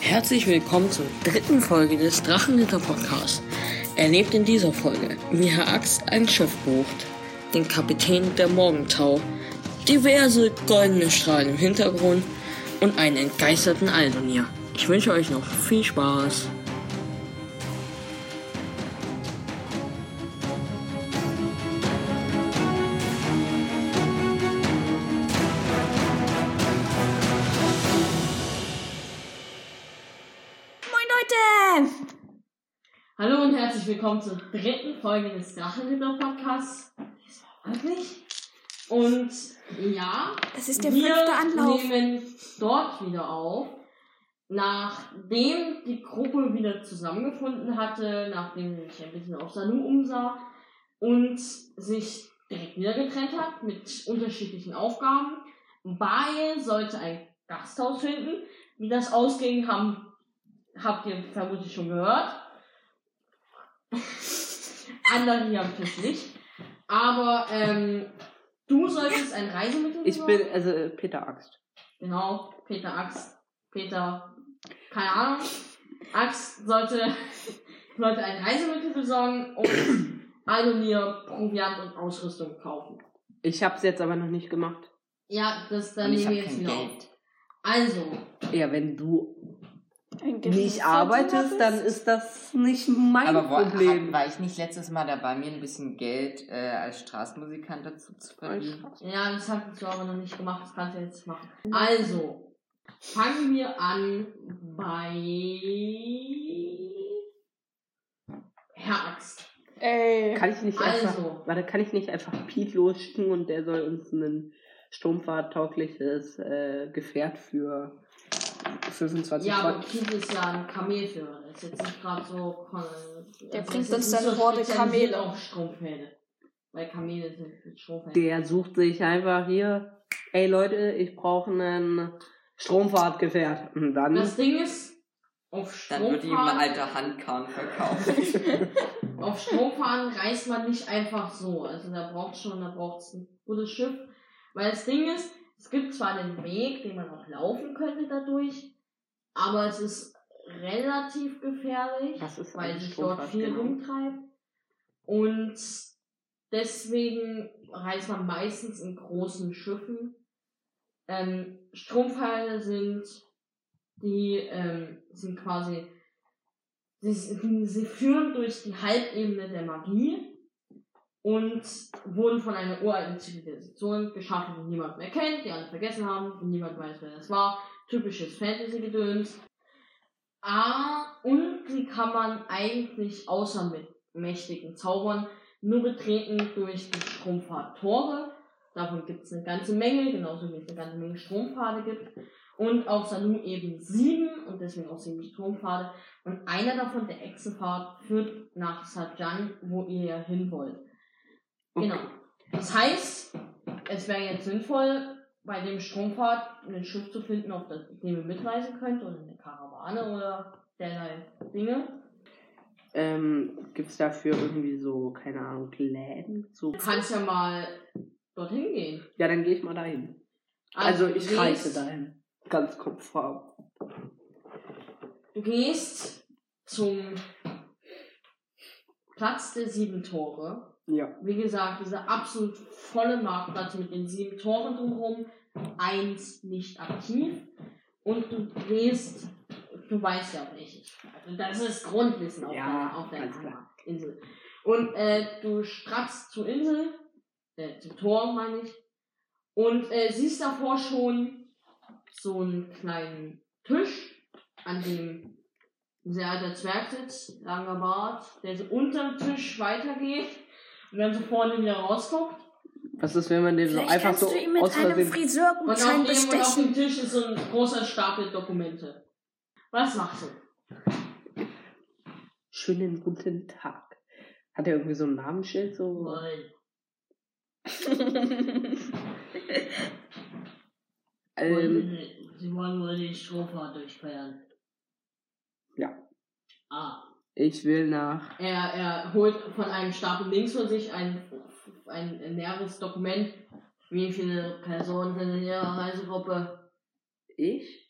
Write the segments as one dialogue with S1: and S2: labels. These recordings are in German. S1: Herzlich willkommen zur dritten Folge des Drachenritter Podcasts. Erlebt in dieser Folge, wie Herr Axt ein Schiff bucht, den Kapitän der Morgentau, diverse goldene Strahlen im Hintergrund und einen entgeisterten Aldonier. Ich wünsche euch noch viel Spaß.
S2: Moin Leute!
S1: Hallo und herzlich willkommen zur dritten Folge des Drachenritter Podcasts. Eigentlich? Und ja,
S2: Das ist der
S1: wir
S2: fünfte Anlauf.
S1: nehmen dort wieder auf, nachdem die Gruppe wieder zusammengefunden hatte, nachdem sie sich ein bisschen auf Sanu umsah und sich direkt wieder getrennt hat mit unterschiedlichen Aufgaben. Bael sollte ein Gasthaus finden. Wie das ausging, haben, habt ihr vermutlich schon gehört. Andere hier am Tisch nicht. Aber ähm, du solltest ein Reisemittel
S3: Ich
S1: besorgen.
S3: bin, also äh, Peter Axt.
S1: Genau, Peter Axt. Peter, keine Ahnung. Axt sollte, sollte ein Reisemittel besorgen und Aldonir Proviant und Ausrüstung kaufen.
S3: Ich hab's jetzt aber noch nicht gemacht.
S1: Ja, das dann
S3: Und ich
S1: nehmen wir
S3: hab
S1: jetzt
S3: kein
S1: wieder auf. Also,
S3: Ja, wenn du
S2: Ein Gesicht
S3: nicht arbeitest, dann ist das nicht mein
S4: Aber war,
S3: Problem.
S4: hab, war ich nicht letztes Mal dabei, mir ein bisschen Geld äh, als Straßenmusikant dazu zu verdienen?
S1: ja, das hast du aber noch nicht gemacht, das kannst du jetzt machen. Also, fangen wir an bei Herr Axt.
S2: Ey.
S3: Kann ich nicht
S1: Also.
S3: einfach, warte, kann ich nicht einfach Piet losschicken und der soll uns ein sturmfahrttaugliches äh, Gefährt für
S4: Also
S3: 25
S1: Ja, aber
S3: Grad.
S1: Kiel ist ja ein Kamelführer. Das ist jetzt nicht gerade so. äh,
S2: Der
S1: das
S2: bringt
S1: ist jetzt
S2: uns
S1: nicht
S2: dann Horde
S1: spezialisiert
S2: Kamele.
S1: auf Strumpfhähne. Weil Kamele sind mit Strumpfhähnen.
S3: Der sucht sich einfach hier, ey Leute, ich brauche ein Stromfahrtgefährt. Und dann
S1: Das Ding ist, auf
S4: Dann würde ich ihm eine
S1: Stromfahren,
S4: alte Handkarren verkaufen.
S1: auf Stromfahren reist man nicht einfach so. Also da braucht schon, da braucht es ein gutes Schiff. Weil das Ding ist, es gibt zwar den Weg, den man auch laufen könnte dadurch, aber es ist relativ gefährlich.
S3: was ist
S1: weil
S3: ein genau.
S1: sich dort viel
S3: Stromfahrtgefährt?
S1: rumtreibt. Und deswegen reist man meistens in großen Schiffen. Ähm, Stromfeile sind die ähm, sind quasi sie, sie sie führen durch die Halbebene der Magie und wurden von einer uralten Zivilisation geschaffen, die niemand mehr kennt, die alle vergessen haben, und niemand weiß, wer das war. Typisches Fantasy-Gedöns. Ah, und die kann man eigentlich außer mit mächtigen Zaubern nur betreten durch die Stromfahrttore. Davon gibt es eine ganze Menge, genauso wie es eine ganze Menge Strompfade gibt. Und auf Sanu eben sieben und deswegen auch sieben Strompfade. Und einer davon, der Echsenpfad, führt nach Sajan, wo ihr ja hin wollt.
S3: Okay.
S1: Genau. Das heißt, es wäre jetzt sinnvoll, bei dem Strompfad ein Schiff zu finden, auf das, dem ihr mitreisen könnt, oder eine Karawane oder derlei Dinge.
S3: Ähm, gibt's dafür irgendwie so, keine Ahnung, Läden? So.
S1: Du kannst ja mal dorthin gehen.
S3: Ja, dann gehe ich mal dahin. Also
S1: du
S3: ich
S1: gehst-
S3: reise dahin. Ganz konform.
S1: Du gehst zum Platz der sieben Tore.
S3: Ja.
S1: wie gesagt, dieser absolut volle Marktplatz mit den sieben Toren drumherum, eins nicht aktiv. Und du gehst, du weißt ja welches. Also das ist Grundwissen auf
S3: Ja,
S1: deiner, auf deiner
S3: ganz klar.
S1: Heimat- Insel. Und äh, du stratzt zur Insel, äh, zum Tor meine ich, und äh, siehst davor schon so einen kleinen Tisch, an dem ein sehr alter Zwerg sitzt, langer Bart, der so unterm Tisch weitergeht und dann so vorne wieder rausguckt.
S3: Was ist, wenn man den so
S2: Vielleicht
S3: einfach
S2: kannst
S3: so
S2: du ihn mit
S3: aus
S2: einem
S3: Versehen...
S1: Und auf, dem,
S2: Friseurgutschein
S1: und auf
S2: bestechen.
S1: dem Tisch ist so ein großer Stapel Dokumente. Was machst du?
S3: Schönen guten Tag. Hat er irgendwie so ein Namensschild? So?
S1: Nein.
S3: Ähm,
S1: Sie wollen wohl den Strohfahrt durchfeiern.
S3: Ja.
S1: Ah.
S3: ich will nach...
S1: Er, er holt von einem Stapel links von sich ein, ein näheres Dokument. Wie viele Personen sind in Ihrer Reisegruppe?
S3: Ich?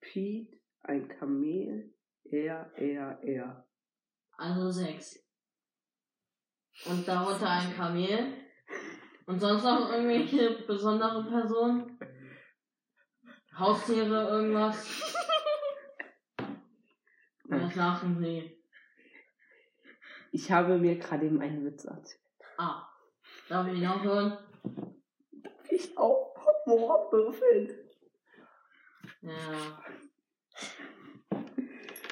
S3: Pete? Ein Kamel. Er, er, er.
S1: Also sechs. Und darunter ein Kamel. Und sonst noch irgendwelche besondere Personen? Haustiere, irgendwas? Was lachen Sie?
S3: Ich habe mir gerade eben einen Witz erzählt.
S1: Ah. Darf ich ihn auch hören?
S3: Ich auch. Worauf würfeln?
S1: Ja.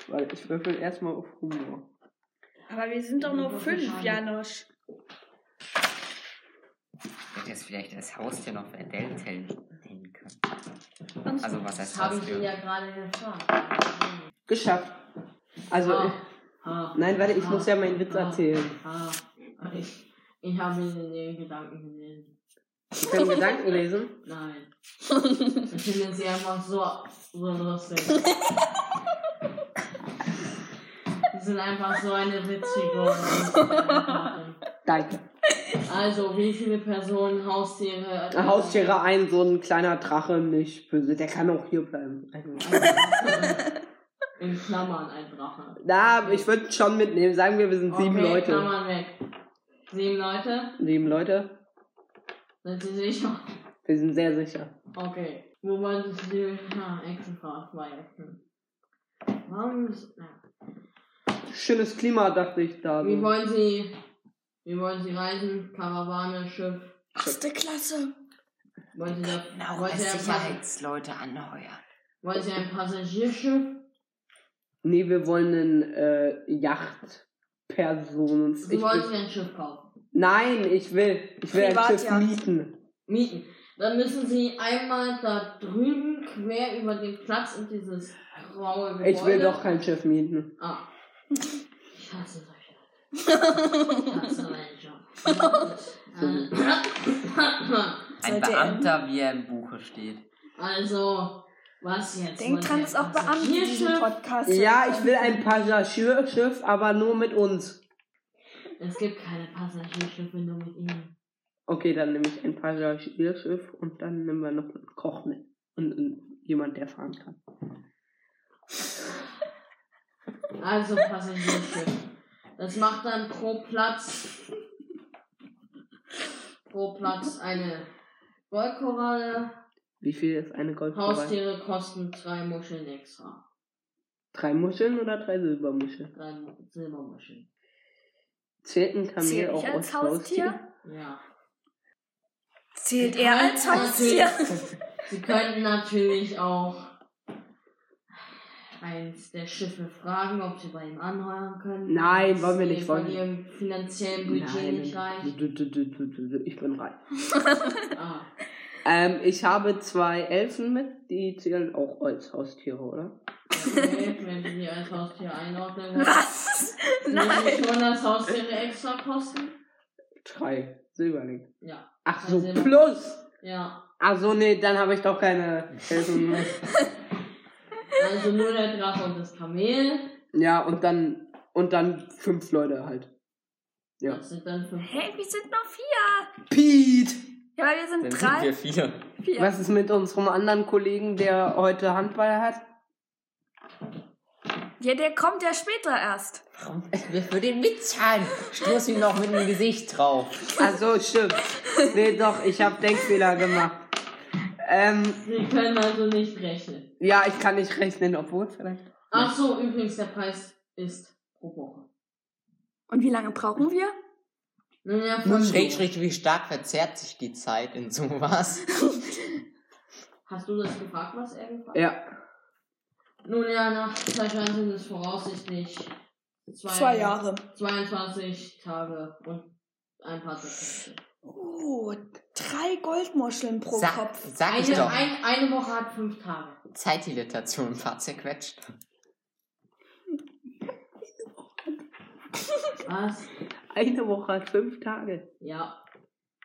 S3: Weil ich würfel erstmal auf Humor.
S2: Aber wir sind doch nur
S1: Das ist
S2: fünf,
S1: schade.
S2: Janosch.
S4: Hätte jetzt vielleicht das Haustier noch Adele nennen können.
S2: Sonst-
S4: Also was heißt
S1: Das habe ich Ihnen ja
S4: Haustier?
S1: gerade gefragt.
S3: Geschafft. Also,
S1: Ah. Ah.
S3: nein, warte, ich
S1: Ah.
S3: muss ja meinen Witz
S1: Ah.
S3: erzählen.
S1: Ah. Ich, ich habe ihn in den Gedanken gelesen.
S3: Ich kann Gedanken lesen.
S1: Nein. Ich finde sie einfach so, so lustig. Sie sind einfach so eine Witzfigur.
S3: Danke.
S1: Also, wie viele Personen, Haustiere?
S3: Ein Ah, Haustiere ein, so ein kleiner Drache, nicht böse. Der kann auch hier bleiben.
S1: In Klammern ein Drache.
S3: Na, ich würde schon mitnehmen. Sagen wir, wir sind sieben
S1: okay,
S3: Leute.
S1: Klammern weg. Sieben Leute?
S3: Sieben Leute?
S1: Sind Sie sicher?
S3: Wir sind sehr sicher.
S1: Okay. Wo wolltest du na, extra schweifen? Warum ist, na,
S3: Schönes Klima, dachte ich da.
S1: Wie
S3: So.
S1: wollen Sie, wie wollen Sie reisen? Karawane, Schiff?
S2: Achte Klasse.
S1: Wollen Sie, das,
S4: Genau,
S1: wollen, Sie
S4: als
S1: ein Pass,
S4: Sicherheitsleute anheuern.
S1: wollen Sie ein Passagierschiff?
S3: Nee, wir wollen ein äh, Yachtpersonen.
S1: Sie
S3: Ich
S1: wollen
S3: will,
S1: sich ein Schiff kaufen.
S3: nein, ich will. Ich will ein Schiff
S2: Privatjacht.
S3: mieten.
S1: Mieten. Dann müssen Sie einmal da drüben quer über den Platz in dieses graue Gebäude.
S3: Ich will doch kein Schiff mieten.
S1: Ah. Ich hasse solche Leute. Ich hasse meinen Job.
S4: Ein
S2: Sollte er-
S4: Beamter, wie er im Buche steht.
S1: Also, was jetzt?
S2: Denkt dran,
S1: es
S2: es auch Beamte in diesem Podcast. sind.
S3: Ja, ich will ein Passagierschiff, aber nur mit uns.
S1: Es gibt keine Passagierschiffe nur mit ihnen.
S3: Okay, dann nehme ich ein Passagierschiff und dann nehmen wir noch einen Koch mit. Und, und jemand, der fahren kann.
S1: Also Passagierschiff. Das macht dann pro Platz pro Platz eine Goldkoralle.
S3: Wie viel ist eine Goldkoralle?
S1: Haustiere kosten drei Muscheln extra.
S3: Drei Muscheln oder drei Silbermuscheln?
S1: Drei Silbermuscheln.
S3: Zählt ein Kamel
S2: Zählt
S3: auch
S2: ich als
S3: als Haustier?
S2: Haustier?
S1: Ja.
S2: Zählt er als Haustier?
S1: Sie könnten natürlich auch eins der Schiffe fragen, ob sie bei ihm anheuern können.
S3: Nein, wollen wir
S1: Wenn
S3: nicht,
S1: sie
S3: wollen
S1: Von
S3: wir
S1: ihrem finanziellen Budget nicht reicht.
S3: Du, du, du, du, du, du, Ich bin reich.
S1: Ah,
S3: Ähm, ich habe zwei Elfen mit, die zählen auch als Haustiere, oder?
S1: okay, wenn sie die als Haustier einordnen wollen.
S2: Was?
S1: Nein.
S2: Nein.
S1: schon das Haustiere extra kosten?
S3: Drei Silberling.
S1: Ja.
S3: Ach
S1: Drei
S3: so,
S1: Silber.
S3: plus!
S1: Ja.
S3: Ach so, nee, dann habe ich doch keine Elfen mehr.
S1: Also nur der Drache und das Kamel.
S3: Ja, und dann, und dann fünf Leute halt. Ja.
S1: Das sind dann fünf.
S2: Hey, wir sind noch vier.
S3: Pete!
S2: Ja, aber wir sind drei.
S4: vier.
S2: vier.
S3: Was ist mit unserem anderen Kollegen, der heute Handball hat?
S2: Ja, der kommt ja später erst.
S4: Warum? Wir für den mitzahlen. Stoß ihn noch mit dem Gesicht drauf.
S3: Ach so, stimmt. Nee, doch, ich habe Denkfehler gemacht. Ähm,
S1: Sie können also nicht rechnen.
S3: ja, ich kann nicht rechnen, obwohl vielleicht.
S1: Ach so, übrigens, der Preis ist pro Woche.
S2: Und wie lange brauchen wir?
S1: Nun ja,
S4: Nun
S1: fünf
S4: schräg,
S1: Euro.
S4: schräg, wie stark verzerrt sich die Zeit in sowas?
S1: Hast du das gefragt, was er gefragt hat?
S3: Ja.
S1: Nun ja, nach zwei Jahren sind es voraussichtlich zwei,
S2: Zwei Jahre.
S1: 22 Tage und ein paar Sekunden.
S2: Oh, drei Goldmuscheln pro
S4: Sag,
S2: Kopf.
S4: sag ich
S1: Eine,
S4: doch.
S1: ein, eine Woche hat fünf Tage.
S4: Zeitdilatation war zerquetscht.
S1: Was?
S3: Eine Woche hat fünf Tage.
S1: Ja,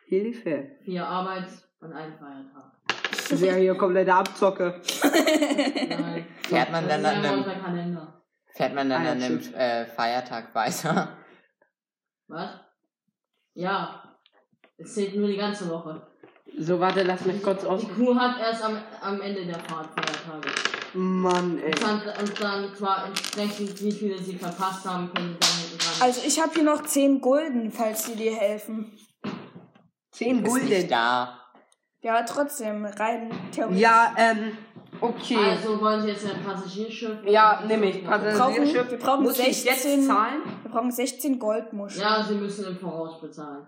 S3: Hilfe.
S1: vier Arbeits- und ein Feiertag.
S3: Das ist ja hier komplette Abzocke.
S1: Nein.
S4: Fährt man dann
S1: das ist
S4: an
S1: einfach
S4: einem,
S1: unser Kalender.
S4: fährt man dann
S3: Ah, ja,
S4: an einem
S3: stimmt.
S4: äh, Feiertag weiter?
S1: Was? Ja, es zählt nur die ganze Woche.
S3: So, warte, lass mich kurz aus.
S1: Die Kuh hat erst am, am Ende der Fahrt Feiertage.
S3: Mann, ey.
S1: Und dann, und dann zwar entsprechend, wie viele sie verpasst haben, können sie dann hinten dran.
S2: Also ich habe hier noch 10 Gulden, falls die dir helfen.
S3: Zehn
S4: Ist nicht
S3: Gulden.
S4: da.
S2: Ja, trotzdem, rein theoretisch.
S3: Ja, ähm, okay.
S1: Also wollen sie jetzt ein Passagierschiff?
S3: ja, nehme ich.
S2: brauchen-
S3: Passagierschiff.
S2: wir brauchen
S3: Muss ich jetzt
S2: 16
S3: zahlen?
S2: Wir brauchen 16 Goldmuscheln.
S1: Ja, sie müssen im Voraus bezahlen.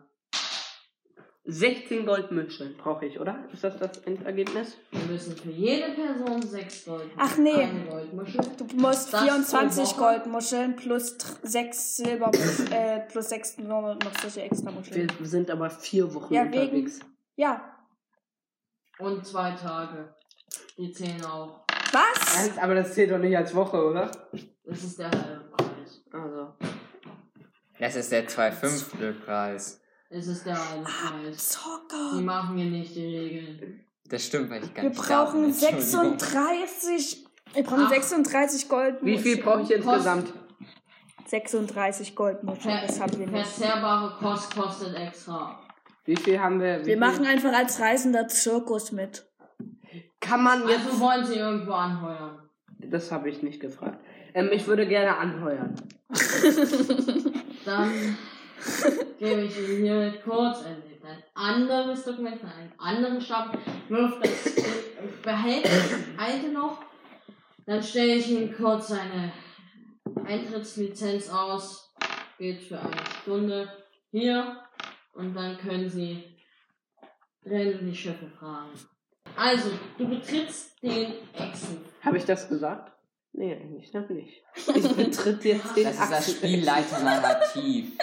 S3: 16 Goldmünzen brauche ich, oder? Ist das das Endergebnis?
S1: Wir müssen für jede Person sechs Goldmuscheln.
S2: Ach nee.
S1: Eine Goldmuschel.
S2: Du musst
S1: Das
S2: 24
S1: pro Woche.
S2: Goldmuscheln plus 6 Silber plus, äh, plus 6 noch, noch solche extra
S3: Wir
S2: Muscheln.
S3: sind aber vier Wochen
S2: Ja, wegen-
S3: unterwegs.
S2: Ja.
S1: Und zwei Tage. Die zählen auch.
S2: Was?
S3: Aber das zählt doch nicht als Woche, oder?
S1: Das ist der halbe Preis.
S3: Also.
S4: Das ist der Zwei-Fünftel-Preis.
S1: Es ist der halbe Preis. Die
S2: Zocker.
S1: machen hier nicht die Regeln.
S4: Das stimmt, weil ich gar
S2: Wir
S4: nicht da bin.
S2: brauchen
S4: Entschuldigung.
S2: 36. Wir brauchen
S1: Ach.
S2: 36 Goldmuscheln.
S3: Wie viel brauche ich insgesamt?
S2: 36 Goldmuscheln,
S1: Ver
S2: das haben wir nicht.
S1: verzehrbare Kost kostet extra.
S3: Wie viel haben wir?
S2: Wir
S3: Wie viel?
S2: machen einfach als reisender Zirkus mit.
S3: Kann man jetzt.
S1: Also wollen sie irgendwo anheuern.
S3: das habe ich nicht gefragt. Ähm, ich würde gerne anheuern.
S1: Dann gebe ich ihnen hier kurz ein, ein anderes Dokument, einen anderen Stab, wirft das, behält das alte noch. Dann stelle ich ihnen kurz eine Eintrittslizenz aus, gilt für eine Stunde hier und dann können sie drinnen die Schiffe fragen. Also, du betrittst den Echsen.
S3: Habe ich das gesagt? Nee, eigentlich noch nicht. Ich betritt jetzt den
S4: Das ist das
S3: Achsen-
S4: Spielleiter-Narrativ.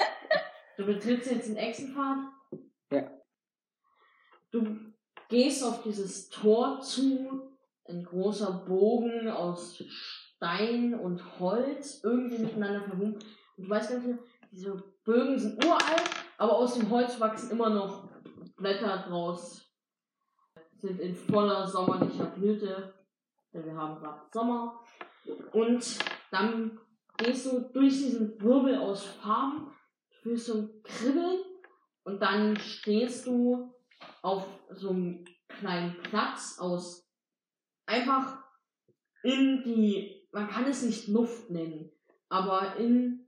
S1: Du betrittst jetzt den Echsenpfad.
S3: Ja.
S1: Du gehst auf dieses Tor zu, ein großer Bogen aus Stein und Holz, irgendwie miteinander verbunden. Und du weißt ganz genau, diese Bögen sind uralt, aber aus dem Holz wachsen immer noch Blätter draus. Sind in voller sommerlicher Blüte. Denn wir haben gerade Sommer. Und dann gehst du durch diesen Wirbel aus Farben fühlst so ein Kribbeln und dann stehst du auf so einem kleinen Platz aus einfach in die, man kann es nicht Luft nennen, aber in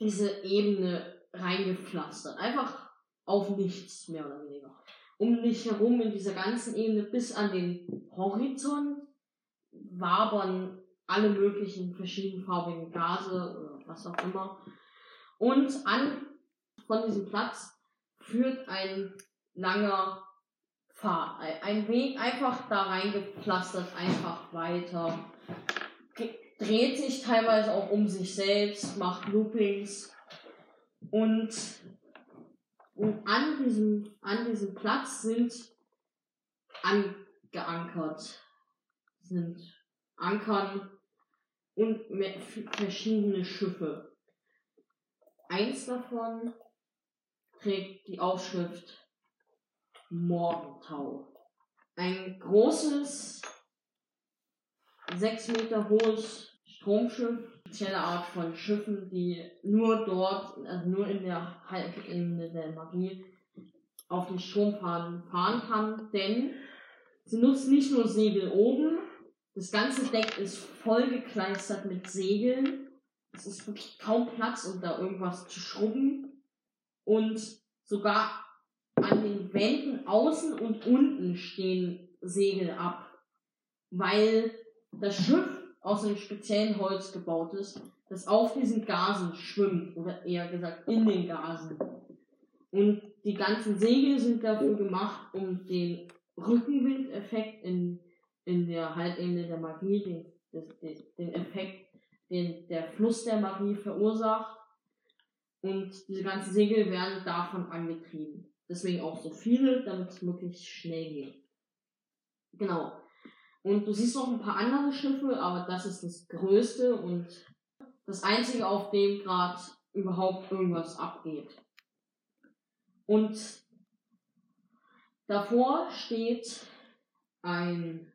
S1: diese Ebene reingepflastert. Einfach auf nichts mehr oder weniger. Um dich herum in dieser ganzen Ebene bis an den Horizont wabern alle möglichen verschiedenfarbigen Gase oder was auch immer. Und an von diesem Platz führt ein langer Pfad, ein- ein Weg einfach da reingepflastert, einfach weiter. Ge- Dreht sich teilweise auch um sich selbst, macht Loopings. Und, und an, diesem, an diesem Platz sind angeankert, sind Ankern und me- f- verschiedene Schiffe. Eins davon trägt die Aufschrift Morgentau. Ein großes, sechs Meter hohes Stromschiff, spezielle Art von Schiffen, die nur dort, also nur in der Halbebene der Magie, auf den Strom fahren, fahren kann, denn sie nutzt nicht nur Segel oben, das ganze Deck ist vollgekleistert mit Segeln es ist wirklich kaum Platz, um da irgendwas zu schrubben. Und sogar an den Wänden außen und unten stehen Segel ab, weil das Schiff aus einem speziellen Holz gebaut ist, das auf diesen Gasen schwimmt, oder eher gesagt in den Gasen. Und die ganzen Segel sind dafür gemacht, um den Rückenwindeffekt in, in der Halbebene der Magie, den, das- den, den Effekt den der Fluss der Magie verursacht. Und diese ganzen Segel werden davon angetrieben. Deswegen auch so viele, damit es möglichst schnell geht. Genau. Und du siehst noch ein paar andere Schiffe, aber das ist das größte und das einzige, auf dem gerade überhaupt irgendwas abgeht. Und davor steht ein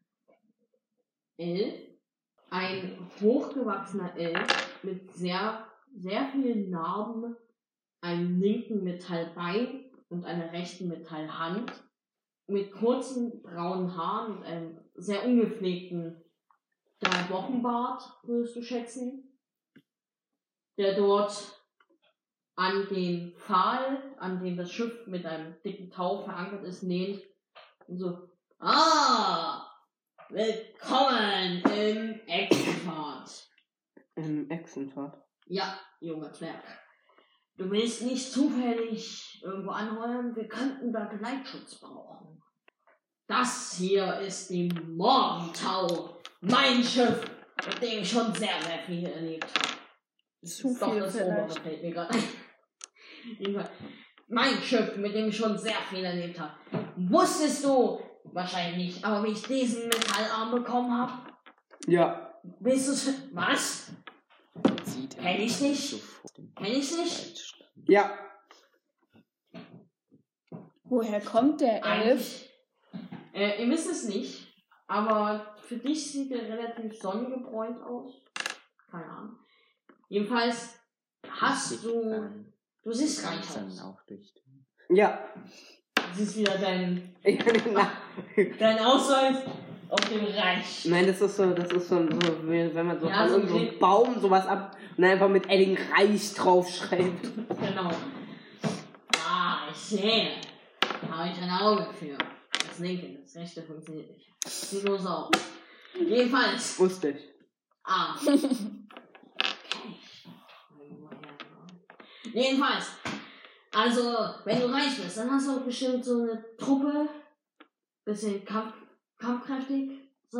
S1: Elf ein hochgewachsener Elf mit sehr, sehr vielen Narben, einem linken Metallbein und einer rechten Metallhand, mit kurzen braunen Haaren und einem sehr ungepflegten drei Wochen Bart, würdest du schätzen, der dort an den Pfahl, an dem das Schiff mit einem dicken Tau verankert ist, näht und so, ah, willkommen im Exfahrt.
S3: Im Echsenfahrt.
S1: Ja, junger Zwerg. Du willst nicht zufällig irgendwo anräumen, wir könnten da Gleitschutz brauchen. Das hier ist die Morgentau, mein Schiff, mit dem ich schon sehr, sehr viel erlebt habe.
S2: Zu
S1: Doch,
S2: viel
S1: das
S2: vielleicht.
S1: obere fällt mir gerade ein. Jedenfalls, Mein Schiff, mit dem ich schon sehr viel erlebt habe. Wusstest du wahrscheinlich nicht, aber wie ich diesen Metallarm bekommen habe,
S3: Ja.
S1: willst du Was?
S4: Sieht
S1: Kenn ich nicht.
S4: Sofort den
S1: Kenn ich nicht?
S4: Gleitschritt.
S3: Ja.
S2: Woher kommt der Elf?
S1: Eigentlich. Äh, ihr wisst es nicht, aber für dich sieht er relativ sonnengebräunt aus. Keine Ahnung. Jedenfalls hast du.
S4: Ähm,
S1: Du siehst gar nicht
S4: langsam
S1: aus.
S4: auch durch.
S3: Ja.
S1: Das ist wieder dein,
S3: Na,
S1: dein Ausweis auf dem Reich.
S3: Nein, das ist so, das ist so, so wie wenn man so
S1: Ja,
S3: an
S1: so
S3: irgendeinem so
S1: Klick.
S3: Baum sowas ab und dann einfach mit Edding Reich draufschreibt.
S1: Genau. Ah, ich sehe. Da habe ich ein Auge für. Das linke, das rechte funktioniert nicht. Sieht nur so aus. Jedenfalls.
S3: Wusste ich.
S1: Ah. Jedenfalls. Also, wenn du reich bist, dann hast du auch bestimmt so eine Truppe. Bisschen kampf kampfkräftig. So.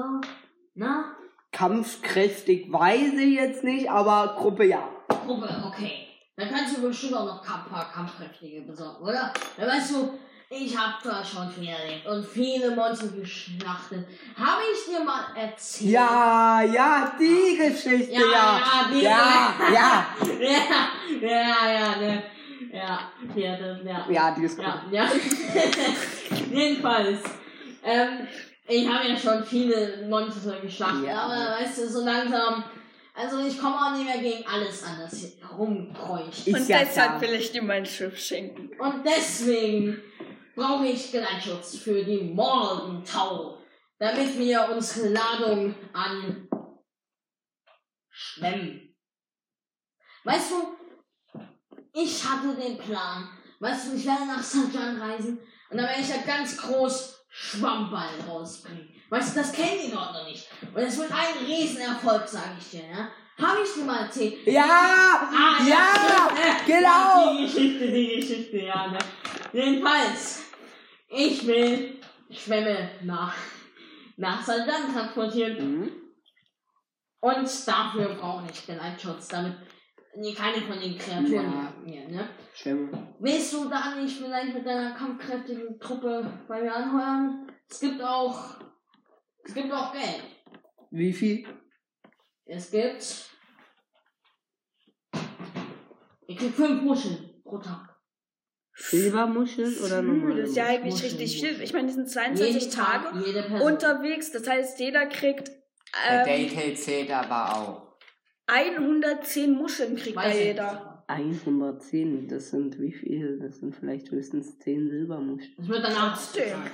S1: Na?
S3: Kampfkräftig weiß ich jetzt nicht, aber Gruppe ja.
S1: Gruppe, okay. Dann kannst du bestimmt auch noch ein paar Kampfkräftige besorgen, oder? Dann weißt du, ich hab da schon viel erlebt und viele Monster geschlachtet. Habe ich dir mal erzählt?
S3: Ja, ja, die Geschichte,
S1: Ja, ja,
S3: ja.
S1: die-
S3: ja, ja.
S1: Ja, ja, ja, ne. Ja, ja, das, ja.
S3: Ja, die ist
S1: Ja,
S3: gut.
S1: ja. Jedenfalls. Ähm, ich habe ja schon viele Monster geschlachtet,
S3: Ja.
S1: aber weißt du, so langsam. Also ich komme auch nicht mehr gegen alles an, das hier
S3: Ist
S1: rumkreucht.
S2: Und
S3: ja
S2: deshalb
S3: klar.
S2: will ich dir mein Schiff schenken.
S1: Und deswegen brauche ich Geleitschutz für die Morgentau, damit wir unsere Ladung an Schwemmen. Weißt du, ich hatte den Plan. Weißt du, ich werde nach Sajan reisen und dann werde ich da ganz groß Schwammball rausbringen. Weißt du, das kennen die dort noch nicht. Und es wird ein Riesenerfolg, sage ich dir, ja? Habe ich dir mal erzählt.
S3: Ja,
S1: Ah,
S3: ja,
S1: stimmt, ne?
S3: genau.
S1: Die Geschichte, die Geschichte, ja. Ne? Jedenfalls, ich will Schwämme nach, nach Saldan transportieren.
S3: Mhm.
S1: Und dafür brauche ich den Leitschutz, damit nee, keine von den Kreaturen
S3: Ja.
S1: jagen mir, ne?
S3: Schwämme.
S1: Willst du da nicht vielleicht mit deiner kampfkräftigen Truppe bei mir anheuern? Es gibt auch, es gibt auch Geld.
S3: Wie viel?
S1: Es gibt, ich krieg fünf Muscheln pro Tag.
S3: Silbermuscheln oder normale
S2: Das ist ja eigentlich
S1: Muscheln.
S2: richtig viel. Ich meine, das sind 22
S1: Jeden Tag,
S2: Tage
S1: jede Person.
S2: unterwegs. Das heißt, jeder kriegt
S4: Der
S2: ähm,
S4: Daytail zählt aber auch.
S2: 110 Muscheln kriegt da
S1: Weiß ich
S2: jeder.
S1: nicht.
S3: 110, das sind wie viel? Das sind vielleicht höchstens 10 Silbermuscheln.
S1: Das wird danach
S2: Trotzdem.
S1: bezahlt.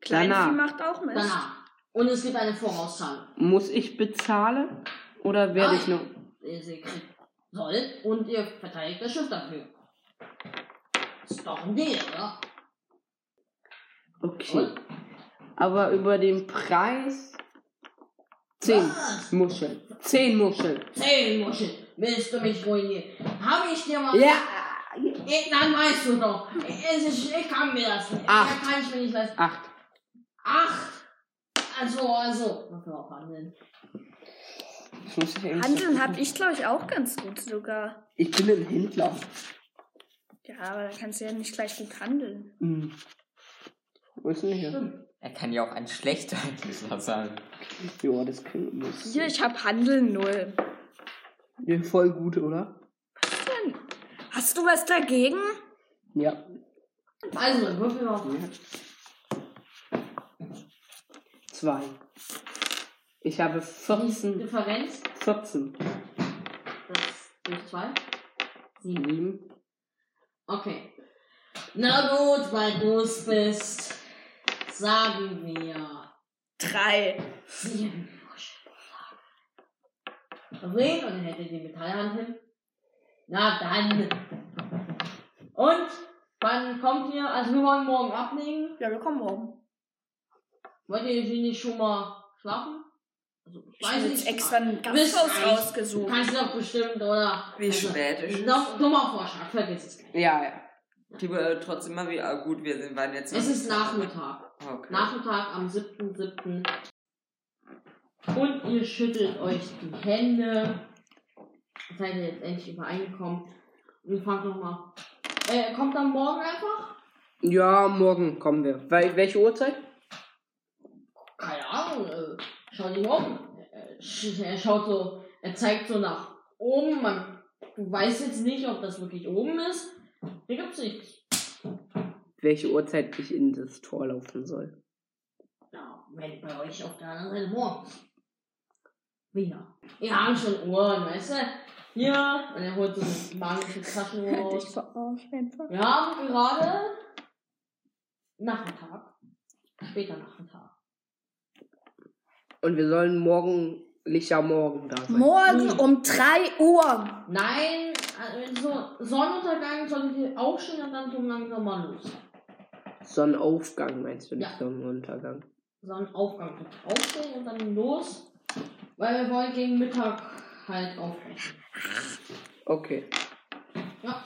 S2: Kleinvieh
S3: Danach.
S2: macht auch Mist.
S1: Danach. Und es gibt eine Vorauszahlung.
S3: Muss ich bezahlen? Oder werde ich noch.
S1: Ihr sie kriegt Soll und ihr verteidigt das Schiff dafür. Ist doch ein Deal, oder?
S3: Okay. Aber über den Preis. 10
S1: Was?
S3: Muscheln. 10 Muscheln.
S1: Zehn Muscheln. Willst du mich ruinieren? Habe ich dir mal.
S3: Ja!
S1: Ich, dann weißt du doch. Ich, ich, ich kann mir das nicht.
S3: Acht.
S1: Mehr kann ich mir nicht leisten.
S3: 8.
S1: Acht. Also, also. Muss man auch handeln.
S3: Das muss ich eigentlich.
S2: Handeln habe ich, glaube ich, auch ganz gut sogar.
S3: Ich bin ein Händler.
S2: Ja, aber da kannst du ja nicht gleich gut handeln.
S3: Hm. Wo ist denn hier?
S1: Stimmt.
S4: Er kann ja auch ein schlechter Händler sein.
S3: Ja, das klingt muss.
S2: Hier, ich habe Handeln null.
S3: Ja, voll gut, oder?
S2: Hast du was dagegen?
S3: Ja.
S1: Also, würfel auf.
S3: ja. Zwei. Ich habe 14.
S1: Differenz.
S3: 14.
S1: Das durch zwei. Sieben.
S3: Sieben.
S1: Okay. Na gut, weil du es bist, sagen wir
S2: Drei.
S1: sieben Muscheln. Refrain und hält ihr die Metallhand hin. Na dann. Und wann kommt ihr? Also wir wollen morgen ablegen.
S2: Ja, wir kommen morgen.
S1: Wollt ihr sie nicht schon mal schlafen? Also, ich
S2: Ich habe
S1: weiß
S2: jetzt
S1: nicht.
S2: extra ein
S1: Bis
S2: Gasthaus
S1: eins.
S2: rausgesucht.
S1: Kannst du doch bestimmt, oder? Also,
S4: Wie spät ist es?
S1: Noch dummer Vorschlag, vergiss es gleich.
S3: Ja, ja.
S4: Die äh, trotzdem mal wie, ah, gut, wir sind, waren jetzt. Oh,
S1: Es ist Nachmittag.
S4: Okay.
S1: Nachmittag am 7.7. Und ihr schüttelt euch die Hände. Seid ihr jetzt endlich übereingekommen? Und ihr fragt nochmal. Äh, kommt dann morgen einfach?
S3: Ja, morgen kommen wir. Wel welche Uhrzeit?
S1: Keine Ahnung. Äh, schaut ihn um. Äh, sch- Er schaut so, er zeigt so nach oben. Man, du weißt jetzt nicht, ob das wirklich oben ist. Hier gibt's nichts.
S3: Welche Uhrzeit ich in das Tor laufen soll.
S1: Na, wenn bei Genau. euch auf der anderen Seite morgens. Wieder. Ihr habt schon Uhren, weißt du? Hier, und er holt so eine magische Taschenuhr
S2: Ich
S1: raus.
S2: verarsche einfach.
S1: Wir haben gerade Nachmittag. Später Nachmittag.
S3: Und wir sollen morgen, licher Morgen da sein.
S2: Morgen
S1: Hm.
S2: um 3 Uhr.
S1: Nein, also Sonnenuntergang solltet ihr auch schon und dann so langsam mal los.
S3: Sonnenaufgang meinst du, nicht
S1: Ja.
S3: Sonnenuntergang.
S1: Sonnenaufgang könnt ihr aufstehen und dann los. Weil wir wollen gegen Mittag halt aufbrechen.
S3: Okay.
S1: Ja.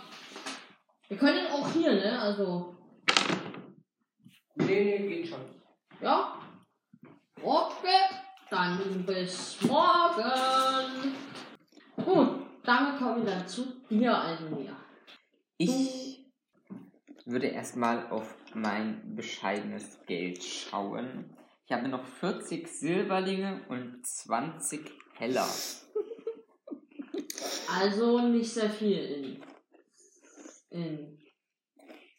S1: Wir können auch hier, ne? Also.
S3: Nee, nee, geht schon.
S1: Ja. Okay, dann bis morgen. Gut, dann kommen wir dann zu dir, Almir.
S4: Ich würde erstmal auf mein bescheidenes Geld schauen. Ich habe noch 40 Silberlinge und 20 Heller.
S1: Also nicht sehr viel in. in.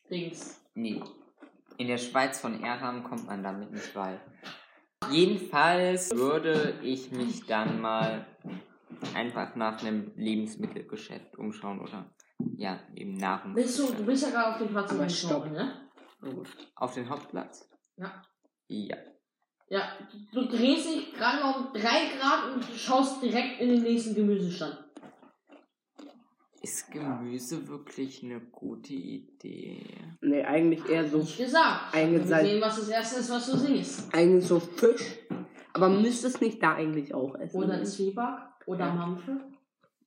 S1: Dings.
S4: Nee. In der Schweiz von Erham kommt man damit nicht weit. Jedenfalls würde ich mich dann mal einfach nach einem Lebensmittelgeschäft umschauen oder ja, eben Nahrung.
S1: Bist du, du bist ja gerade auf dem Platz
S3: Aber stopp.
S1: Tor, ne?
S4: Auf den Hauptplatz?
S1: Ja.
S4: Ja.
S1: Ja, du drehst dich gerade mal um drei Grad und schaust direkt in den nächsten Gemüsestand.
S4: Ist Gemüse wirklich eine gute Idee?
S3: Nee, eigentlich eher so,
S1: Nicht gesagt. Wir
S3: Eingesalzt.
S1: sehen, was das erste ist, was du siehst.
S3: eigentlich so Fisch. Aber müsste es nicht da eigentlich auch essen?
S1: Oder Zwieback oder
S4: Ja.
S1: Mampfe.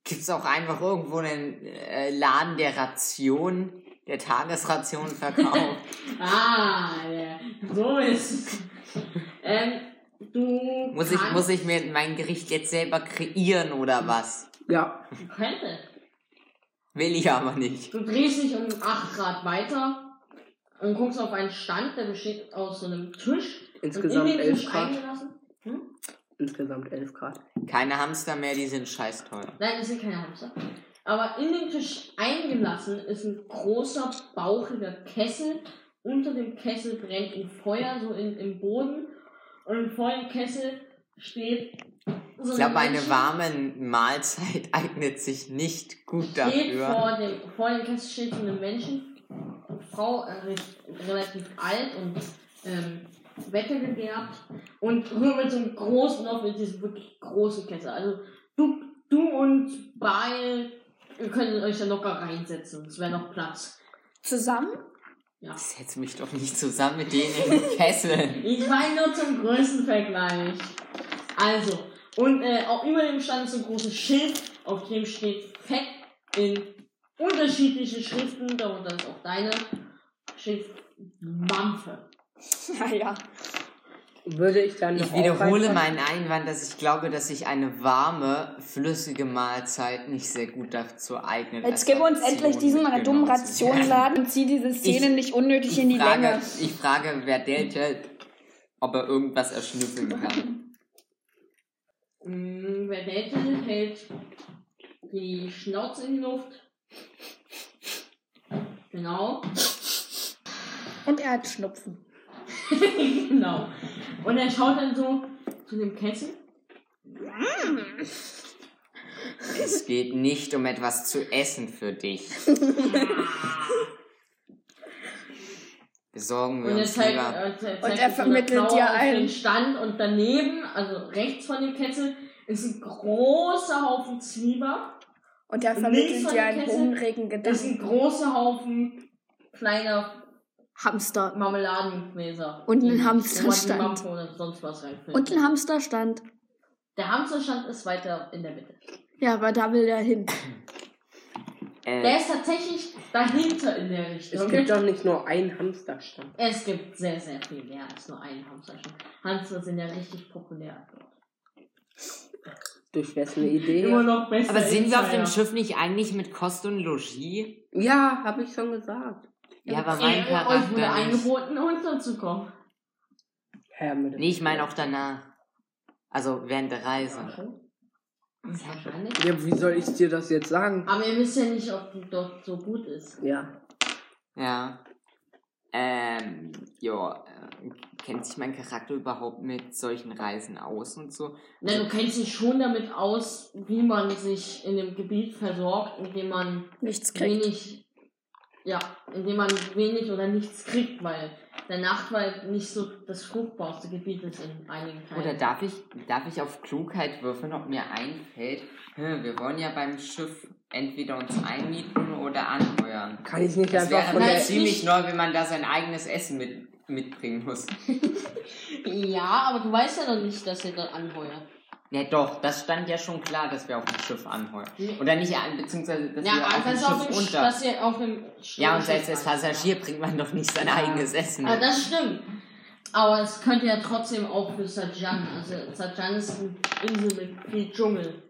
S4: Gibt's auch einfach irgendwo einen äh, Laden der Ration, der Tagesration verkauft?
S1: Ah, ja. so ist es. Ähm, du
S4: muss, ich,
S1: kannst-
S4: muss ich mir mein Gericht jetzt selber kreieren oder was?
S3: Ja.
S1: Du könnte.
S4: Will ich aber nicht.
S1: Du drehst dich um 8 Grad weiter und guckst auf einen Stand, der besteht aus so einem Tisch.
S3: Insgesamt
S1: und in den
S3: 11
S1: Tisch
S3: Grad.
S1: eingelassen.
S3: Insgesamt 11 Grad.
S4: Keine Hamster mehr, die sind scheiß teuer.
S1: Nein, das sind keine Hamster. Aber in den Tisch eingelassen ist ein großer, bauchiger Kessel. Unter dem Kessel brennt ein Feuer, so in, im Boden. Und vor dem Kessel steht so
S4: Ich glaube, eine
S1: Menschen-
S4: warme Mahlzeit eignet sich nicht gut
S1: steht
S4: dafür.
S1: vor dem, vor dem Kessel steht so eine Menschen, Frau äh, re- relativ alt und ähm, wettergegerbt und rührt mit so einem großen auf mit diesem wirklich großen Kessel. Also du, du und Baal, ihr könnt euch da locker reinsetzen. Es wäre noch Platz.
S2: Zusammen?
S1: Ja.
S4: Ich setze mich doch nicht zusammen mit denen in den Kessel.
S1: Ich meine nur zum Größenvergleich. Also, und äh, auch über dem stand ist so ein großes Schild, auf dem steht fett in unterschiedlichen Schriften, darunter ist auch deine, steht Mampfe.
S2: Naja.
S3: Würde ich dann
S4: Ich
S3: noch
S4: wiederhole
S3: aufreißen?
S4: meinen Einwand, dass ich glaube, dass sich eine warme, flüssige Mahlzeit nicht sehr gut dazu eignet. als
S2: Jetzt gib uns
S4: Ration
S2: endlich diesen
S4: mitgenommen
S2: meiner dummen
S4: zu werden.
S2: Rationladen und zieh diese Szene
S4: Ich-
S2: nicht unnötig
S4: Ich
S2: in die
S4: frage,
S2: Länge.
S4: Ich frage, wer Delta, ob er irgendwas erschnüffeln kann.
S1: Mm, Wer Deltahit hält die Schnauze in die Luft. Genau,
S2: Und er hat Schnupfen.
S1: genau. Und er schaut dann so zu dem Kessel.
S4: Es geht nicht um etwas zu essen für dich. Besorgen wir
S1: Und halt, äh, er
S4: uns
S1: zeigt,
S4: lieber.
S1: er zeigt
S2: Und er
S1: mit so einer
S2: vermittelt
S1: Klaue
S2: dir
S1: auf
S2: ein-
S1: den Stand und daneben, also rechts von dem Kessel, ist ein großer Haufen Zwieber,
S2: Und der
S1: Links
S2: vermittelt
S1: von
S2: dir
S1: der
S2: einen
S1: Kette
S2: hungrigen
S1: ist ein
S2: Gedanken.
S1: großer Haufen kleiner
S5: Hamster.
S1: Marmeladengläser.
S5: Und ein
S1: die- wo man die
S5: Hamsterstand.
S1: Mampe oder sonst was reinfüllt.
S5: Und ein Hamsterstand.
S1: der Hamsterstand ist weiter in der Mitte.
S5: Ja, aber da will der hin.
S1: Der
S4: Äh,
S1: ist tatsächlich dahinter in der Richtung.
S3: Es gibt doch nicht nur einen Hamsterstand.
S1: Es gibt sehr, sehr viel mehr als nur einen Hamsterstand. Hamster sind ja richtig populär.
S3: Durch wessen Idee?
S1: Immer noch besser.
S4: aber sind wir auf
S1: Insider.
S4: dem Schiff nicht eigentlich mit Kost und Logis?
S3: Ja, habe ich schon gesagt.
S4: Ja, aber
S1: Äh,
S4: mein
S1: euch wurde
S4: Charakter nicht.
S1: angeboten, runterzukommen.
S3: Herr mit dem-
S4: Nee, ich meine auch danach. Also während der Reise.
S1: Wahrscheinlich.
S3: Ja, wie soll ich dir das jetzt sagen?
S1: Aber ihr wisst ja nicht, ob die dort so gut ist.
S3: Ja.
S4: Ja. Ähm, ja, äh, kennt sich mein Charakter überhaupt mit solchen Reisen aus und so?
S1: Na, Ne, du kennst dich schon damit aus, wie man sich in dem Gebiet versorgt, in dem man
S2: Nichts kriegt.
S1: wenig, ja, indem man wenig oder nichts kriegt, weil der Nachtwald nicht so das fruchtbarste Gebiet ist in einigen Teilen.
S4: Oder darf ich, darf ich auf Klugheit würfeln, ob mir einfällt, hm, wir wollen ja beim Schiff entweder uns einmieten oder anheuern.
S3: Kann ich nicht
S4: Das
S3: einfach
S4: wäre
S3: von
S1: Nein,
S4: mir
S3: der.
S1: es
S4: ziemlich
S1: nicht-
S4: neu, wenn man da sein eigenes Essen mit, mitbringen muss.
S1: ja, aber du weißt ja noch nicht, dass ihr dort anheuert.
S4: Ja doch, das stand ja schon klar, dass wir auf dem Schiff anheuern.
S1: Nee.
S4: Oder nicht, an- beziehungsweise, dass
S1: ja,
S4: wir auf
S1: aber
S4: dem
S1: das auf
S4: also Schiff
S1: dem Sch-
S4: unter...
S1: dass ihr auf dem Sch-
S4: Ja, und
S1: Schiff
S4: selbst also als
S1: anheuert.
S4: Passagier bringt man doch nicht sein eigenes Essen
S1: Ah,
S4: mit.
S1: das stimmt. Aber es könnte ja trotzdem auch für Sajan, also Sajan ist eine Insel mit viel Dschungel.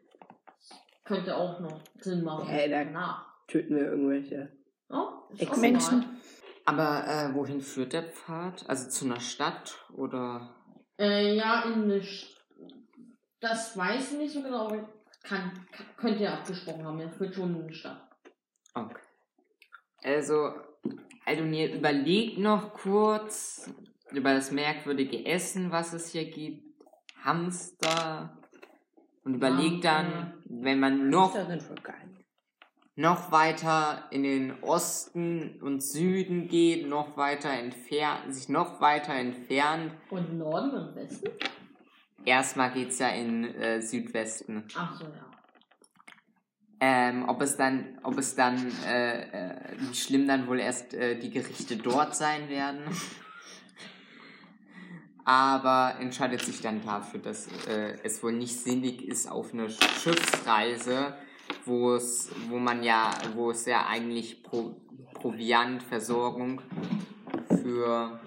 S1: Könnte auch noch Sinn machen.
S3: Hey, da-
S1: Na,
S3: Töten wir irgendwelche.
S1: oh, ist auch
S2: Menschen.
S1: egal.
S4: Aber äh, wohin führt der Pfad? Also zu einer Stadt oder...
S1: Äh, ja, in eine Sch Das weiß ich nicht so genau, aber kann, kann, könnt ihr abgesprochen haben, ja, für schon in eine Stadt.
S4: Okay. Also, also mir überlegt noch kurz über das merkwürdige Essen, was es hier gibt. Hamster. Und überlegt dann, wenn man noch,
S3: Hamster sind voll geil.
S4: noch weiter in den Osten und Süden geht, noch weiter entfernt, sich noch weiter entfernt.
S1: Und im Norden und Westen?
S4: Erstmal geht's ja in äh, Südwesten.
S1: Ach so, ja.
S4: Ähm, ob es dann, ob es dann, äh, äh, wie schlimm dann wohl erst äh, die Gerichte dort sein werden. Aber entscheidet sich dann dafür, dass äh, es wohl nicht sinnig ist auf eine Schiffsreise, wo es, wo man ja, wo es ja eigentlich Pro Proviantversorgung für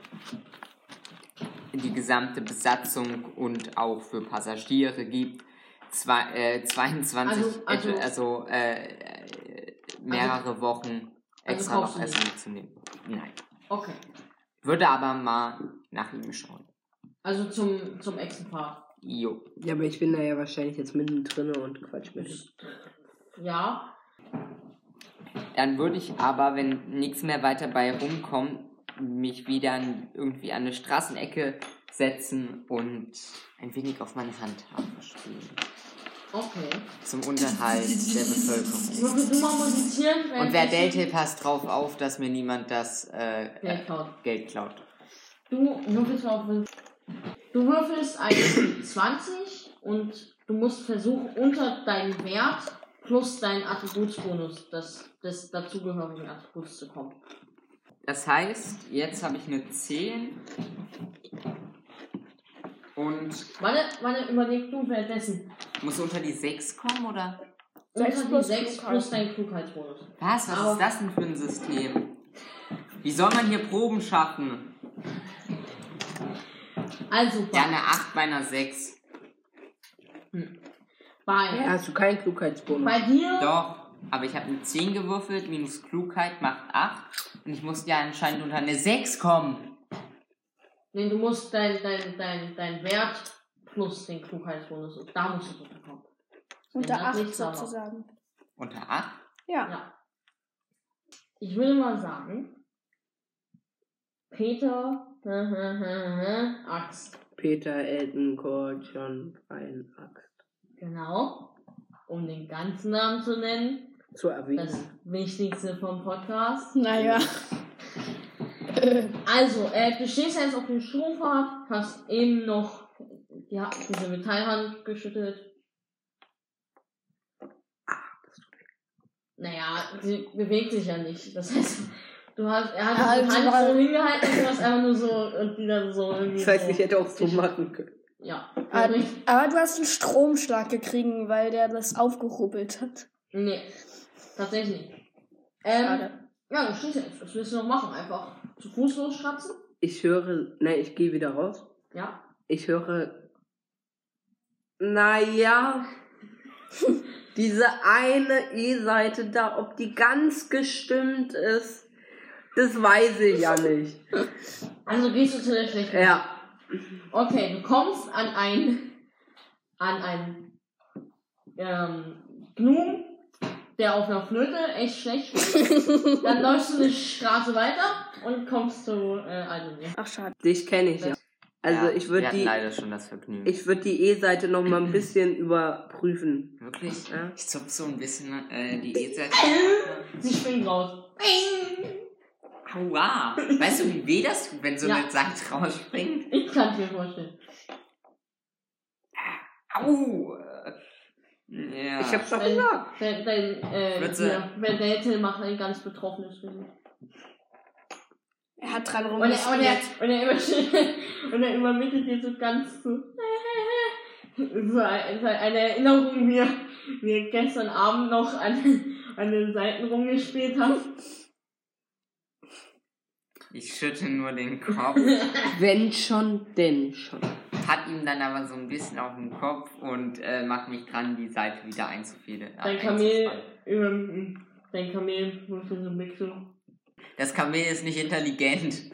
S4: die gesamte Besatzung und auch für Passagiere gibt. Zwei, äh, 22,
S1: Also- also-
S4: etwa- also äh, äh, mehrere Wochen
S1: also
S4: extra
S1: kaufst
S4: noch
S1: du
S4: Essen
S1: nicht?
S4: mitzunehmen. Nein.
S1: Okay.
S4: Würde aber mal nach ihm schauen.
S1: Also zum, zum Echsenpaar.
S4: Jo.
S3: Ja, aber ich bin da ja wahrscheinlich jetzt mittendrin und quatsch mit ihm.
S1: Ja,
S4: Dann würde ich aber, wenn nichts mehr weiter bei rumkommt, mich wieder an, irgendwie an eine Straßenecke setzen und ein wenig auf meine Handhabe spielen.
S1: okay.
S4: Zum Unterhalt der
S1: Ich
S4: Bevölkerung.
S1: würde nur mal musizieren, wenn
S4: Und wer
S1: ich-
S4: Date passt drauf auf, dass mir niemand das äh,
S1: Geld
S4: äh,
S1: klaut.
S4: Geld klaut.
S1: Du würfelst mal auf Du würfelst eine 20 und du musst versuchen, unter deinen Wert plus deinen Attributsbonus des, des dazugehörigen Attributs zu kommen.
S4: Das heißt, jetzt habe ich eine 10 und
S1: Warte, warte, überleg du währenddessen.
S4: muss unter die 6 kommen, oder?
S2: Sechs
S1: Unter die
S2: plus
S1: 6
S2: Klugheit.
S1: plus dein Klugheitsbonus.
S4: Was? Was
S3: Oh.
S1: Aber-
S4: ist das denn für ein System? Wie soll man hier Proben schaffen?
S1: Also bei.
S4: Ja, eine 8 bei einer 6.
S1: bei,
S3: Ja, hast du keinen Klugheitsbonus?
S1: bei dir.
S4: Doch, aber ich habe eine 10 gewürfelt, minus Klugheit macht 8. Und ich musste ja anscheinend unter eine 6 kommen.
S1: Nee, du musst dein, dein, dein, dein Wert plus den Klugheitsbonus. Und da musst du runterkommen.
S2: Unter
S1: Ja,
S2: acht
S1: nichts aber.
S2: sozusagen.
S4: Unter 8?
S2: Ja.
S1: Ja. Ich würde mal sagen, Peter, Axt,
S3: Peter, Elton, Kurt, John, Ryan, Axt.
S1: genau, um den ganzen Namen zu nennen,
S3: Zu erwähnen.
S1: das Wichtigste vom Podcast.
S2: Naja.
S1: Also, äh, du stehst jetzt auf dem Strohfahrt, hast eben noch die, Ha- diese Metallhand geschüttelt Naja, sie bewegt sich ja nicht. Das heißt, du hast, er hat
S5: Ja,
S1: die
S5: also
S1: Hand
S5: war-
S1: so hingehalten und du hast einfach nur so und die dann so irgendwie.
S3: Das heißt,
S1: so.
S3: ich hätte auch so machen können.
S1: Ja.
S2: Ah,
S1: Nicht-
S2: Aber du hast einen Stromschlag gekriegt, weil der das aufgerubbelt hat.
S1: Nee. Tatsächlich nicht. Ähm,
S2: Schade.
S1: ja, das steht jetzt. Was willst du noch machen? Einfach zu Fuß losstratzen?
S3: Ich höre, ne, ich gehe wieder raus.
S1: Ja.
S3: Ich höre, naja, diese eine E-Seite da, ob die ganz gestimmt ist, das weiß ich ja nicht.
S1: Also gehst du zu der schlechten.
S3: Ja,
S1: Okay, du kommst an ein an ein ähm, Gnu, der auf einer Flöte echt schlecht spielt. Dann läufst du eine Straße weiter und kommst zu äh, Aldemir.
S2: Ach, schade.
S3: dich kenne ich ja. Also
S4: ja,
S3: ich
S4: wir
S3: würde
S4: hatten
S3: die,
S4: leider schon das Vergnügen.
S3: ich würde die E-Seite noch mal ein bisschen überprüfen.
S4: Wirklich?
S3: Ja.
S4: Ich zupf so ein bisschen äh, die E-Seite.
S1: Sie springen raus. Bing!
S4: Aua! Weißt du, wie weh das tut, wenn so
S1: Ja.
S4: eine Seite rausspringt?
S1: Ich kann es mir vorstellen.
S4: Au! Ja.
S3: Ich hab's doch gesagt.
S1: Dein, dein, äh,
S4: Fritze.
S1: hier, wenn Date macht ein ganz betroffenes Gesicht.
S2: Er hat dran
S1: Und er, und, er,
S2: rumgespielt.
S1: und, er über, und er übermittelt dir so ganz so, so ein- so eine Erinnerung, wie er- wie er gestern Abend noch an, an den Seiten rumgespielt hat.
S4: Ich schütte nur den Kopf,
S3: Wenn schon, denn schon.
S4: pat ihm dann aber so ein bisschen auf den Kopf und äh, mach mich dran, die Seite wieder einzufädeln. äh,
S1: Dein Kamel, über, dein Kamel wirft dir so einen Blick so.
S4: Das Kamel ist nicht intelligent.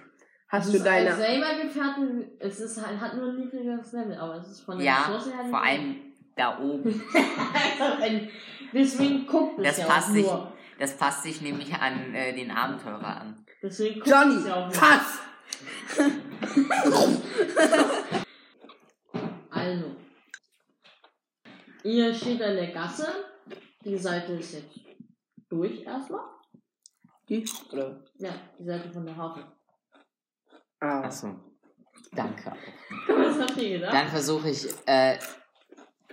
S3: Hast
S4: Also
S1: Es
S3: du
S1: ist
S3: deine?
S1: als selber Gefährten, es ist halt, hat nur ein niedrigeres Level, aber es ist von der
S4: Ja,
S1: Ressource her
S4: vor
S1: niedrig.
S4: allem da oben.
S1: Also ein- Deswegen guckt es
S4: Das
S1: ja
S4: passt
S1: auch
S4: sich,
S1: nur.
S4: das passt sich nämlich an äh, den Abenteurer an.
S1: Deswegen guckt
S3: Johnny,
S1: es ja auch nur.
S3: pass!
S1: Also, ihr steht an der Gasse. Die Seite ist jetzt durch erstmal.
S3: Die? Oder?
S1: Ja, die Seite von der Hafen.
S3: Ah.
S4: Achso. Danke.
S1: Was habt ihr gedacht?
S4: Dann versuche ich, äh,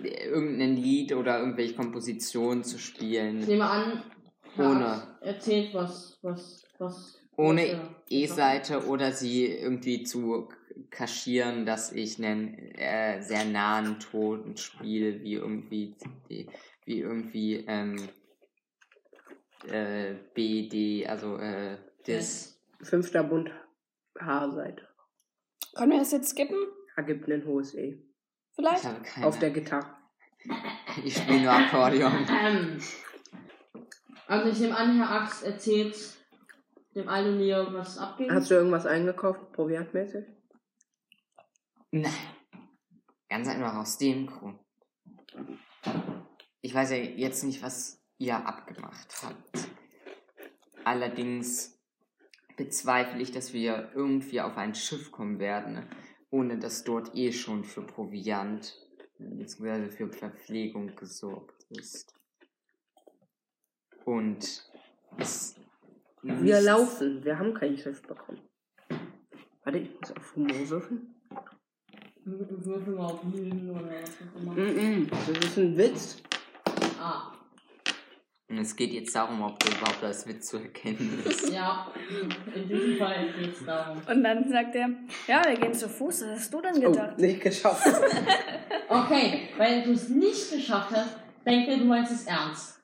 S4: irgendein Lied oder irgendwelche Kompositionen zu
S1: Ich
S4: spielen.
S1: nehme an, Herr
S4: Ohne.
S1: Abt erzählt was, was, was. was
S4: Ohne
S1: er-
S4: E-Seite oder sie irgendwie zu kaschieren, dass ich einen äh, sehr nahen Toten spiele, wie irgendwie, wie irgendwie, ähm, äh, BD, also, äh, das.
S3: Fünfter Bund Haarseite.
S2: Können wir das jetzt skippen?
S3: Ergibt ein hohes E.
S4: Ich
S2: Vielleicht?
S4: habe keine.
S3: Auf der Gitarre.
S4: ich spiele nur Akkordeon.
S1: Ähm. Also ich nehme an, Herr Axt erzählt dem alten Leo, was abgeht.
S3: Hast du irgendwas eingekauft, proviantmäßig?
S4: Nein. Ganz einfach aus dem Grund. Ich weiß ja jetzt nicht, was ihr abgemacht habt. Allerdings bezweifle ich, dass wir irgendwie auf ein Schiff kommen werden, ohne dass dort eh schon für Proviant bzw. für Verpflegung gesorgt ist. Und es
S3: Wir
S4: nichts-
S3: laufen, wir haben kein Schiff bekommen. Warte, ich muss auf Humor würfeln.
S1: Würfel mal auf Lügen oder was auch immer.
S4: Mhm.
S3: Mm-mm, das ist ein Witz.
S1: Ah,
S4: Und es geht jetzt darum, ob du überhaupt als Witz zu erkennen bist.
S1: ja. In diesem Fall geht's darum.
S2: Und dann sagt er, ja, wir gehen zu Fuß. Was hast du denn
S3: Oh,
S2: gedacht?
S3: nicht geschafft.
S1: Okay, weil du es nicht geschafft hast, denkt er, du meinst es ernst.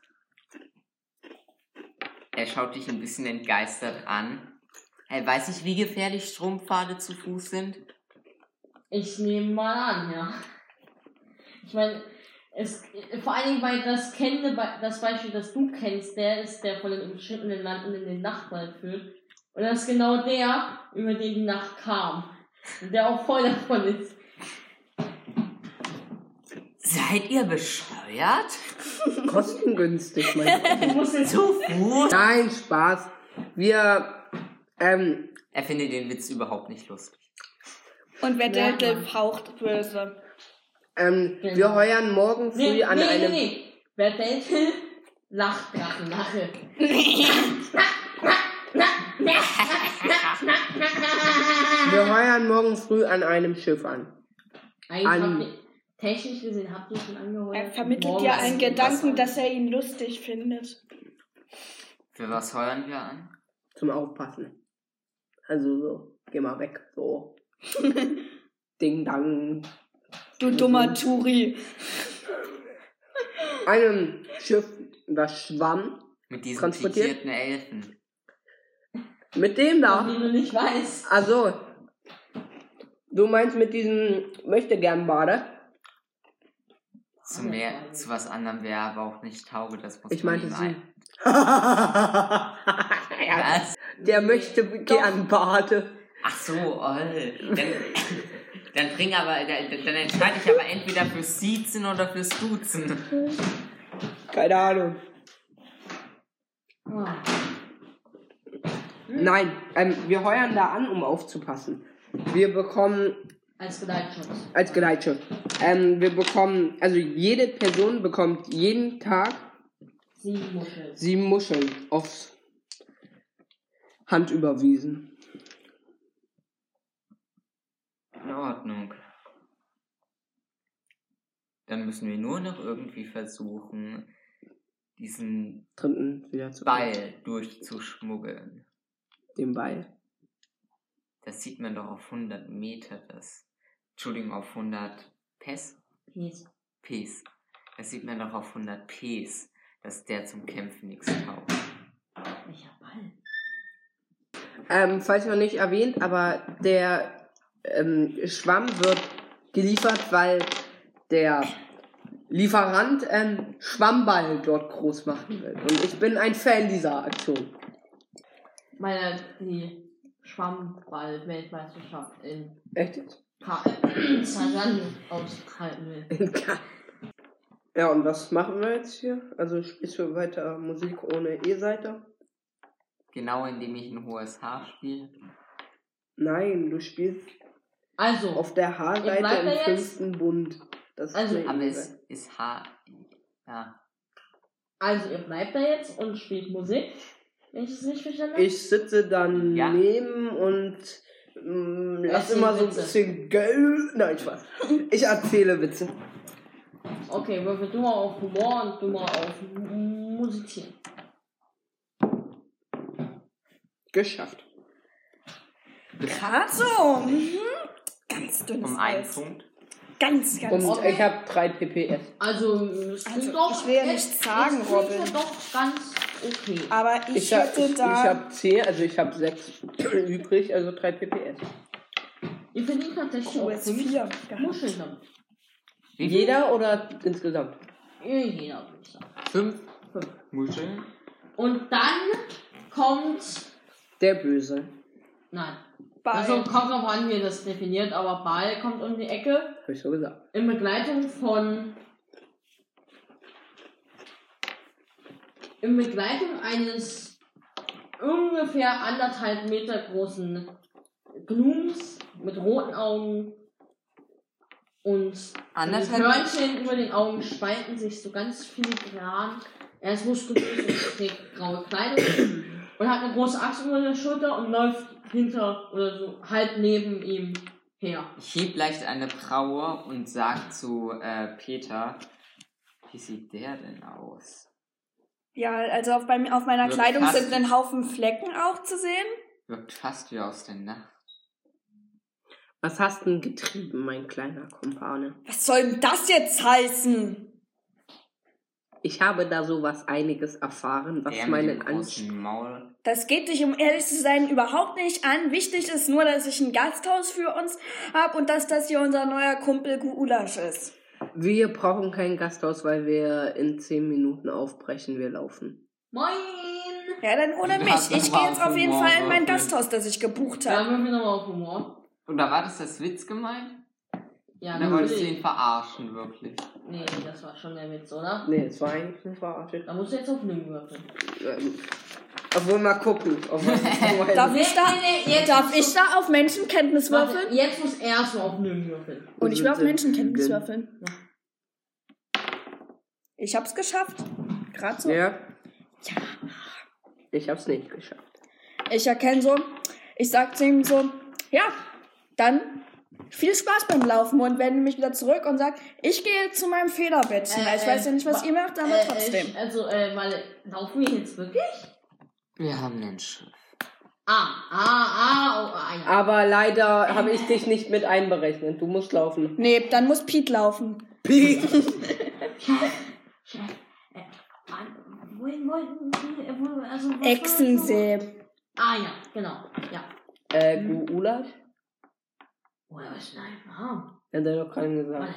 S4: Er schaut dich ein bisschen entgeistert an. Er weiß nicht, wie gefährlich Strompfade zu Fuß sind.
S1: Ich nehme mal an, ja. Ich meine, es, vor allen Dingen, weil das, kennende, Be- das Beispiel, das du kennst, der ist, der von den umschrittenen Landen in den Nachtwald führt. Und das ist genau der, über den die Nacht kam. Und der auch voll davon ist.
S4: Seid ihr bescheuert?
S3: Kostengünstig, mein
S1: Du musst jetzt
S4: Zu Fuß?
S3: Nein, Spaß. Wir, ähm,
S4: Er findet den Witz überhaupt nicht lustig.
S2: Und wer
S1: Ja,
S2: Detlef
S1: Mann.
S2: haucht böse.
S3: ähm,
S1: Genau.
S3: wir heuern morgen früh
S1: Nee,
S3: an
S1: nee,
S3: einem...
S1: nee, nee. Wer Deltel lacht, lachen, lache.
S3: Wir heuern morgen früh an einem Schiff an.
S1: Eigentlich
S3: An-
S1: habt ihr, technisch gesehen habt ihr schon angeheuert.
S2: Er vermittelt
S1: Morgen
S2: dir
S1: ist
S2: einen
S1: was
S2: Gedanken,
S1: an.
S2: dass er ihn lustig findet.
S4: Für was heuern wir an?
S3: Zum Aufpassen. Also so, geh mal weg. So. Ding Dang.
S4: Also
S2: Du dummer Turi.
S3: Einem Schiff überschwamm.
S4: Mit diesen
S3: Transportiert?
S4: zitierten Elfen.
S3: Mit dem da.
S1: Wie du nicht weißt.
S3: Also, du meinst mit diesem möchte gern Bade?
S4: Zu, mehr, zu was anderem wäre aber auch nicht taube, das muss
S3: Oh. Ich
S4: man
S3: meinte
S4: ihm
S3: sie.
S4: ein-
S3: ja,
S4: Was?
S3: der möchte gern Bade.
S4: Ach so, oll. Dann, dann bring aber, dann, dann entscheide ich aber entweder fürs Siezen oder fürs Duzen.
S3: Keine Ahnung.
S1: Ah.
S3: Nein, ähm, wir heuern da an, um aufzupassen. Wir bekommen
S1: Als Geleitschutz.
S3: als Geleitschaft, ähm, wir bekommen, also jede Person bekommt jeden Tag
S1: Sieben Muscheln.
S3: sieben Muscheln aufs Hand überwiesen.
S4: In Ordnung. Dann müssen wir nur noch irgendwie versuchen, diesen
S3: Dritten wieder zu
S4: Ball durchzuschmuggeln.
S3: Den Ball.
S4: Das sieht man doch auf 100 Meter, das. Entschuldigung, auf 100 Pes?
S1: Peace.
S4: Ps. Das sieht man doch auf 100 Ps, dass der zum Kämpfen nichts taugt.
S1: Welcher Ball?
S3: Ähm, falls noch nicht erwähnt, aber der ähm, Schwamm wird geliefert, weil der Lieferant ähm, Schwammball dort groß machen will. Und ich bin ein Fan dieser Aktion.
S1: Meine, die Schwammball-Weltmeisterschaft in
S3: Echt? jetzt?
S1: Ka- äh, Sagan austragen will.
S3: Ja, und was machen wir jetzt hier? Also spielst du weiter Musik ohne E-Seite?
S4: Genau indem ich ein hohes Haar spiele.
S3: Nein, du spielst
S1: Also,
S3: auf der
S1: Ich bleib
S3: H-Seite
S1: da
S3: im
S1: jetzt.
S3: fünften Bund. Das
S1: Also,
S3: eine
S4: Aber es
S3: E-Seite.
S4: ist Haar. Ja.
S1: also ihr bleibt da jetzt und spielt Musik. Wenn ich es nicht verstanden habe.
S3: Ich sitze dann
S4: Ja.
S3: neben und mm, lass
S1: Erzähl
S3: immer so ein
S1: Witze.
S3: bisschen Geld. Nein, ich weiß. Ich erzähle Witze.
S1: Okay, würfel du mal auf Humor und du mal auf M- Musizieren.
S3: Geschafft.
S2: Also, mhm. ganz dünnes
S4: Um einen
S2: Eis.
S4: Punkt.
S2: Ganz, ganz
S3: Und
S2: dünnes.
S1: Okay.
S3: ich habe drei PPS.
S1: Also, müsst ihr
S2: Also,
S1: doch.
S2: ich will ja
S1: jetzt-
S2: nichts sagen,
S1: jetzt klingt ja
S2: Robin. Ah.
S1: doch ganz okay.
S2: Aber ich,
S3: Ich, hab-
S2: hätte
S3: ich, ich
S2: da...
S3: habe zehn, also ich habe sechs übrig, also drei PPS.
S1: Ihr verdient tatsächlich
S2: Oh,
S1: auch ziemlich
S2: QS4.
S1: Muscheln damit.
S3: Jeder oder insgesamt?
S1: Ihr Jeder, würde ich sagen.
S4: Fünf
S1: Fünf.
S4: Muscheln.
S1: Und dann kommt.
S3: Der Böse.
S1: Nein.
S2: Ball.
S1: Also kommt noch an, wie ihr das definiert, aber Ball kommt um die Ecke
S3: Habe ich so gesagt.
S1: in Begleitung von. In Begleitung eines ungefähr anderthalb Meter großen Gnums mit roten Augen und die
S4: Anderthalb
S1: Hörnchen über den Augen spalten sich so ganz filigran. Er ist muskulös und trägt graue Kleidung und hat eine große Axt über der Schulter und läuft hinter oder so halb neben ihm her.
S4: Ich heb leicht eine Braue und sag zu äh, Peter, wie sieht der denn aus?
S2: Ja, also auf, beim, auf meiner
S4: Wird
S2: Kleidung
S4: fast-
S2: sind ein Haufen Flecken auch zu sehen.
S4: Wirkt fast wie aus der Nacht.
S3: Was hast denn getrieben, mein kleiner Kumpane?
S2: Was soll denn das jetzt heißen?
S3: Ich habe da sowas einiges erfahren, was
S4: der
S3: meinen Anspruch.
S4: großen Maul.
S2: Das geht dich, um ehrlich zu sein, überhaupt nicht an. Wichtig ist nur, dass ich ein Gasthaus für uns habe und dass das hier unser neuer Kumpel Gulasch ist.
S3: Wir brauchen kein Gasthaus, weil wir in 10 Minuten aufbrechen, wir laufen.
S1: Moin!
S2: Ja, dann ohne
S4: Ja,
S2: mich. Ich gehe jetzt auf jeden
S4: Humor,
S2: Fall in mein
S4: wirklich.
S2: Gasthaus, das ich gebucht
S1: Da
S2: habe.
S1: haben wir nochmal auf Humor.
S4: Oder war das das Witz gemeint?
S1: Ja,
S4: Oder wolltest du
S1: natürlich.
S4: ihn verarschen, wirklich?
S1: Nee, das war schon der Witz, oder?
S3: Nee, es war eigentlich eine Verarsche.
S1: Da musst du jetzt auf Null würfeln.
S3: Ähm, obwohl, mal gucken. Auf was ich vorher-
S2: Darf
S1: Nee,
S2: ich da,
S1: nee, nee, jetzt-
S2: darf ich da auf Menschenkenntnis
S1: Warte,
S2: würfeln?
S1: jetzt muss er erstmal auf Null würfeln.
S2: Und ich will auf Menschenkenntnis würfeln.
S1: Ja.
S2: Ich hab's geschafft. Gerade so.
S3: Ja? Ich hab's nicht geschafft.
S2: Ich erkenne so, ich sag zu ihm so, ja, dann viel Spaß beim Laufen und wende mich wieder zurück und sag, ich gehe zu meinem Federbettchen.
S1: Äh,
S2: ich weiß ja nicht, was
S1: äh,
S2: ihr macht, aber
S1: Äh,
S2: trotzdem.
S1: Ich, also, äh, weil, laufen wir jetzt wirklich?
S4: Wir haben ein Schiff.
S1: Ah, ah, ah, oh, ah, ja.
S3: Aber leider habe ich dich nicht mit einberechnet. Du musst laufen.
S2: Nee, dann muss Pete laufen.
S3: Piep.
S1: Chef, äh, wann- wohin wollten Sie, äh, wo, also, was war das nochmal?
S2: Echsensee.
S1: Ah, ja, genau, ja.
S3: äh, Gulasch?
S1: Oder was, nein, warum?
S3: Hat er doch keinen gesagt.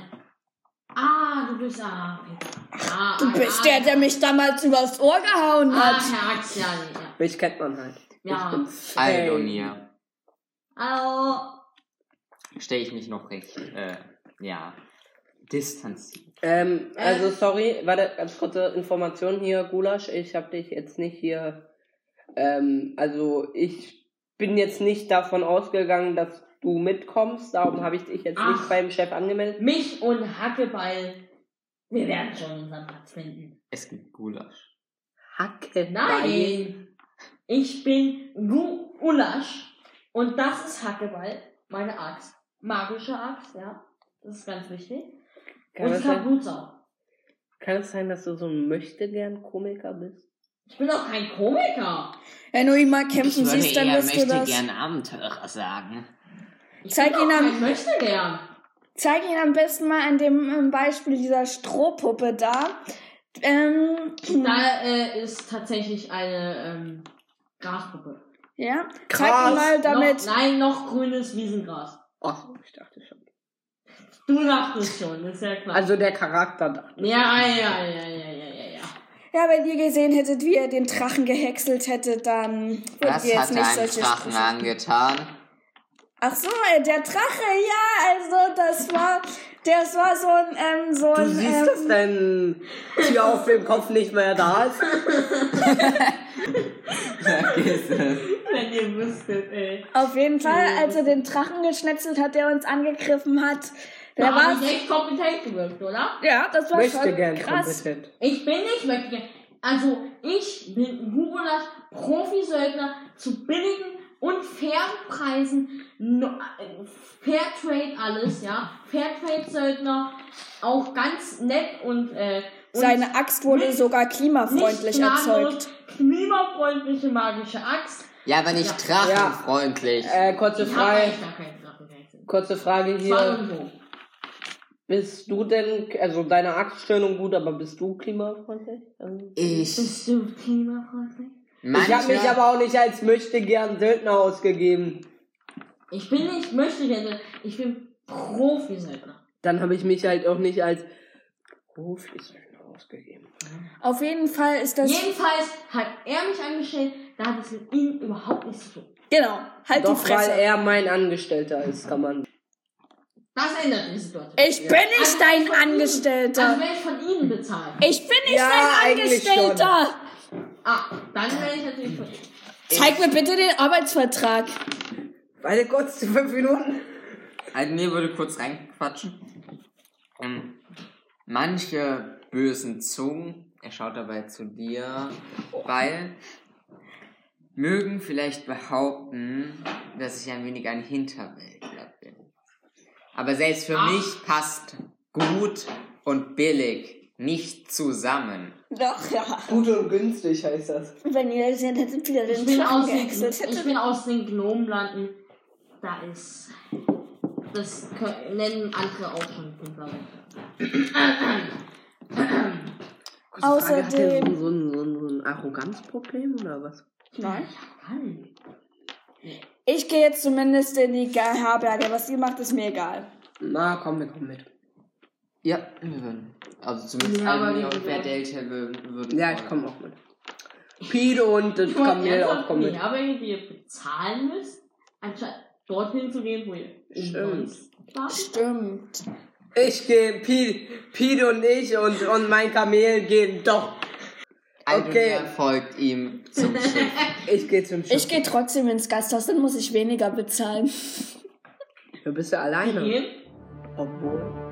S1: Ah, du bist, ah, okay. Ah,
S2: Du
S1: ah,
S2: bist
S1: ah,
S2: der, der mich damals übers Ohr gehauen
S1: Ah,
S2: hat.
S1: Herr Axial, ja.
S3: Mich kennt man halt.
S4: Ah.
S3: Ich
S1: Ja.
S3: bin
S4: Aldonia.
S1: Hallo.
S4: Stelle ich mich noch recht, äh, ja, distanziert.
S3: Ähm,
S1: Äh.
S3: also sorry, warte, ganz kurze Information hier, Gulasch. Ich habe dich jetzt nicht hier. Ähm, also ich bin jetzt nicht davon ausgegangen, dass du mitkommst. Darum habe ich dich jetzt
S1: Ach.
S3: nicht beim Chef angemeldet.
S1: Mich und Hackebeil, wir werden schon unseren Platz finden.
S4: Es gibt Gulasch.
S3: Hacke.
S1: Nein! Ich bin Gu Ulasch und das ist Hackeball, meine Axt. Magische Axt, ja. Das ist ganz wichtig.
S3: Kann
S1: und
S3: es,
S1: ich kann
S3: sein,
S1: Blut saugen.
S3: kann es sein, dass du so ein Möchtegern-Komiker bist?
S1: Ich bin doch kein Komiker.
S2: Wenn du ihn mal kämpfen siehst, dann wirst du das.
S4: Abenteurer sagen.
S1: Ich
S2: Zeig
S1: bin
S2: ihn
S1: doch
S2: an.
S1: kein möchte gern.
S2: Zeig ihn am besten mal an dem ähm, Beispiel dieser Strohpuppe da. Ähm,
S1: Da äh, ist tatsächlich eine ähm, Graspuppe.
S2: ja. Zeig
S3: Krass.
S2: ihn mal damit.
S1: Noch, nein, noch grünes Wiesengras.
S3: Ach, ich dachte schon.
S1: Du dachtest schon, ist ja klar.
S3: Also der Charakter da.
S1: ja, ja, ja, ja, ja, ja, ja.
S2: Ja, wenn ihr gesehen hättet, wie ihr den Drachen gehäckselt hättet, dann würdet
S4: Was
S2: ihr
S4: hat
S2: jetzt
S4: er
S2: nicht
S4: einem
S2: solche
S4: Drachen angetan?
S2: Ach so, äh, der Drache, ja, also das war, das war so ein, ähm, so
S3: Du
S2: ein,
S3: siehst,
S2: ähm,
S3: dass dein Tier auf dem Kopf nicht mehr da ist.
S4: Vergiss es.
S1: Wenn ihr wüsstet, ey.
S2: auf jeden Fall, als er den Drachen geschnetzelt hat, der uns angegriffen hat, der
S1: Da
S2: war,
S1: hab ich echt kompetent gewirkt, oder?
S2: ja, das war schon
S3: Möchtegern
S2: krass.
S3: kompetent.
S1: Ich bin nicht möchte Also, ich bin Gugulas Profisöldner zu billigen und fairen Preisen. No, äh, Fairtrade alles, ja. Fairtrade-Söldner. Auch ganz nett und, äh, und
S2: Seine Axt wurde
S1: nicht-
S2: sogar klimafreundlich
S1: nicht
S2: erzeugt.
S1: gnadenlos Klimafreundliche magische Axt.
S4: Ja, aber nicht drachenfreundlich.
S3: Äh, kurze
S1: Ich habe
S3: Frage.
S1: eigentlich gar keinen Drachenwechsel.
S3: Kurze Frage
S1: Das war
S3: hier.
S1: irgendwo.
S3: Bist du denn, also deine Axtstellung gut, aber bist du klimafreundlich? Also-
S4: Ich.
S1: Bist du klimafreundlich?
S3: Ich habe mich
S4: manchmal-
S3: aber auch nicht als möchte gern Söldner ausgegeben.
S1: Ich bin nicht, möchte gerne, ich bin Profisöldner.
S3: Dann habe ich mich halt auch nicht als Profi-Söldner ausgegeben.
S2: Halt Auf jeden Fall ist das,
S1: Jedenfalls hat er mich angestellt, da hat es mit ihm überhaupt nichts zu tun.
S2: genau, halt
S3: Doch,
S2: die Fresse.
S3: weil er mein Angestellter ist, kann man.
S1: Das ändert die Situation.
S2: ich bin nicht dein
S1: Also
S2: Angestellter.
S1: werde ich von ihnen bezahlt.
S2: Ich bin nicht
S3: Ja,
S2: dein
S3: eigentlich schon.
S2: Angestellter.
S1: Ah, dann werde ich natürlich von ihnen.
S2: Zeig mir bitte den Arbeitsvertrag.
S3: Warte kurz, fünf Minuten.
S4: Also mir würde kurz reinquatschen. Ähm, manche bösen Zungen, er schaut dabei zu dir, weil mögen vielleicht behaupten, dass ich ein wenig ein Hinterwäldler bin. Aber selbst für
S1: Ach.
S4: mich passt gut und billig nicht zusammen.
S2: Doch, ja.
S3: Gut und günstig heißt das.
S2: Wenn ihr gesehen hättet, wieder
S1: Ich
S2: den
S1: bin,
S2: Drachen
S1: aus den,
S2: gehäckselt
S1: ich
S2: hättet.
S1: bin aus den Gnomenlanden. Da ist. Das kö- nennen andere auch schon Klimafreundlich.
S3: Kurze Frage, hat der
S2: Außerdem-
S3: so, so, ein- so, ein- so ein Arroganzproblem oder was?
S2: Nein.
S1: Mann.
S2: Ich gehe jetzt zumindest in die Ge- Herberge. Was ihr macht, ist mir egal.
S3: Na, komm, wir kommen mit.
S4: Ja, wir würden. Also zumindest
S1: Ja, aber
S4: Almir
S1: wie
S4: und
S1: gesagt-
S4: Verdelta würden. würden
S3: Ja, ich komme auch mit. Pete und das
S1: Ich wollte
S3: Kamel auch
S1: ernsthaft
S3: kommen mit.
S1: die Herberge, die ihr bezahlen müsst, anstatt dorthin zu gehen, wo ihr
S3: Stimmt.
S1: sonst wart.
S2: Stimmt.
S3: Ich gehe, Pete, Pete und ich und, und mein Kamel gehen doch.
S4: Aldonia
S3: Okay.
S4: folgt ihm zum Schiff.
S3: Ich gehe zum Schiff.
S2: Ich gehe trotzdem ins Gasthaus, dann muss ich weniger bezahlen.
S3: du bist ja
S1: Wir
S3: alleine.
S1: gehen.
S3: Obwohl.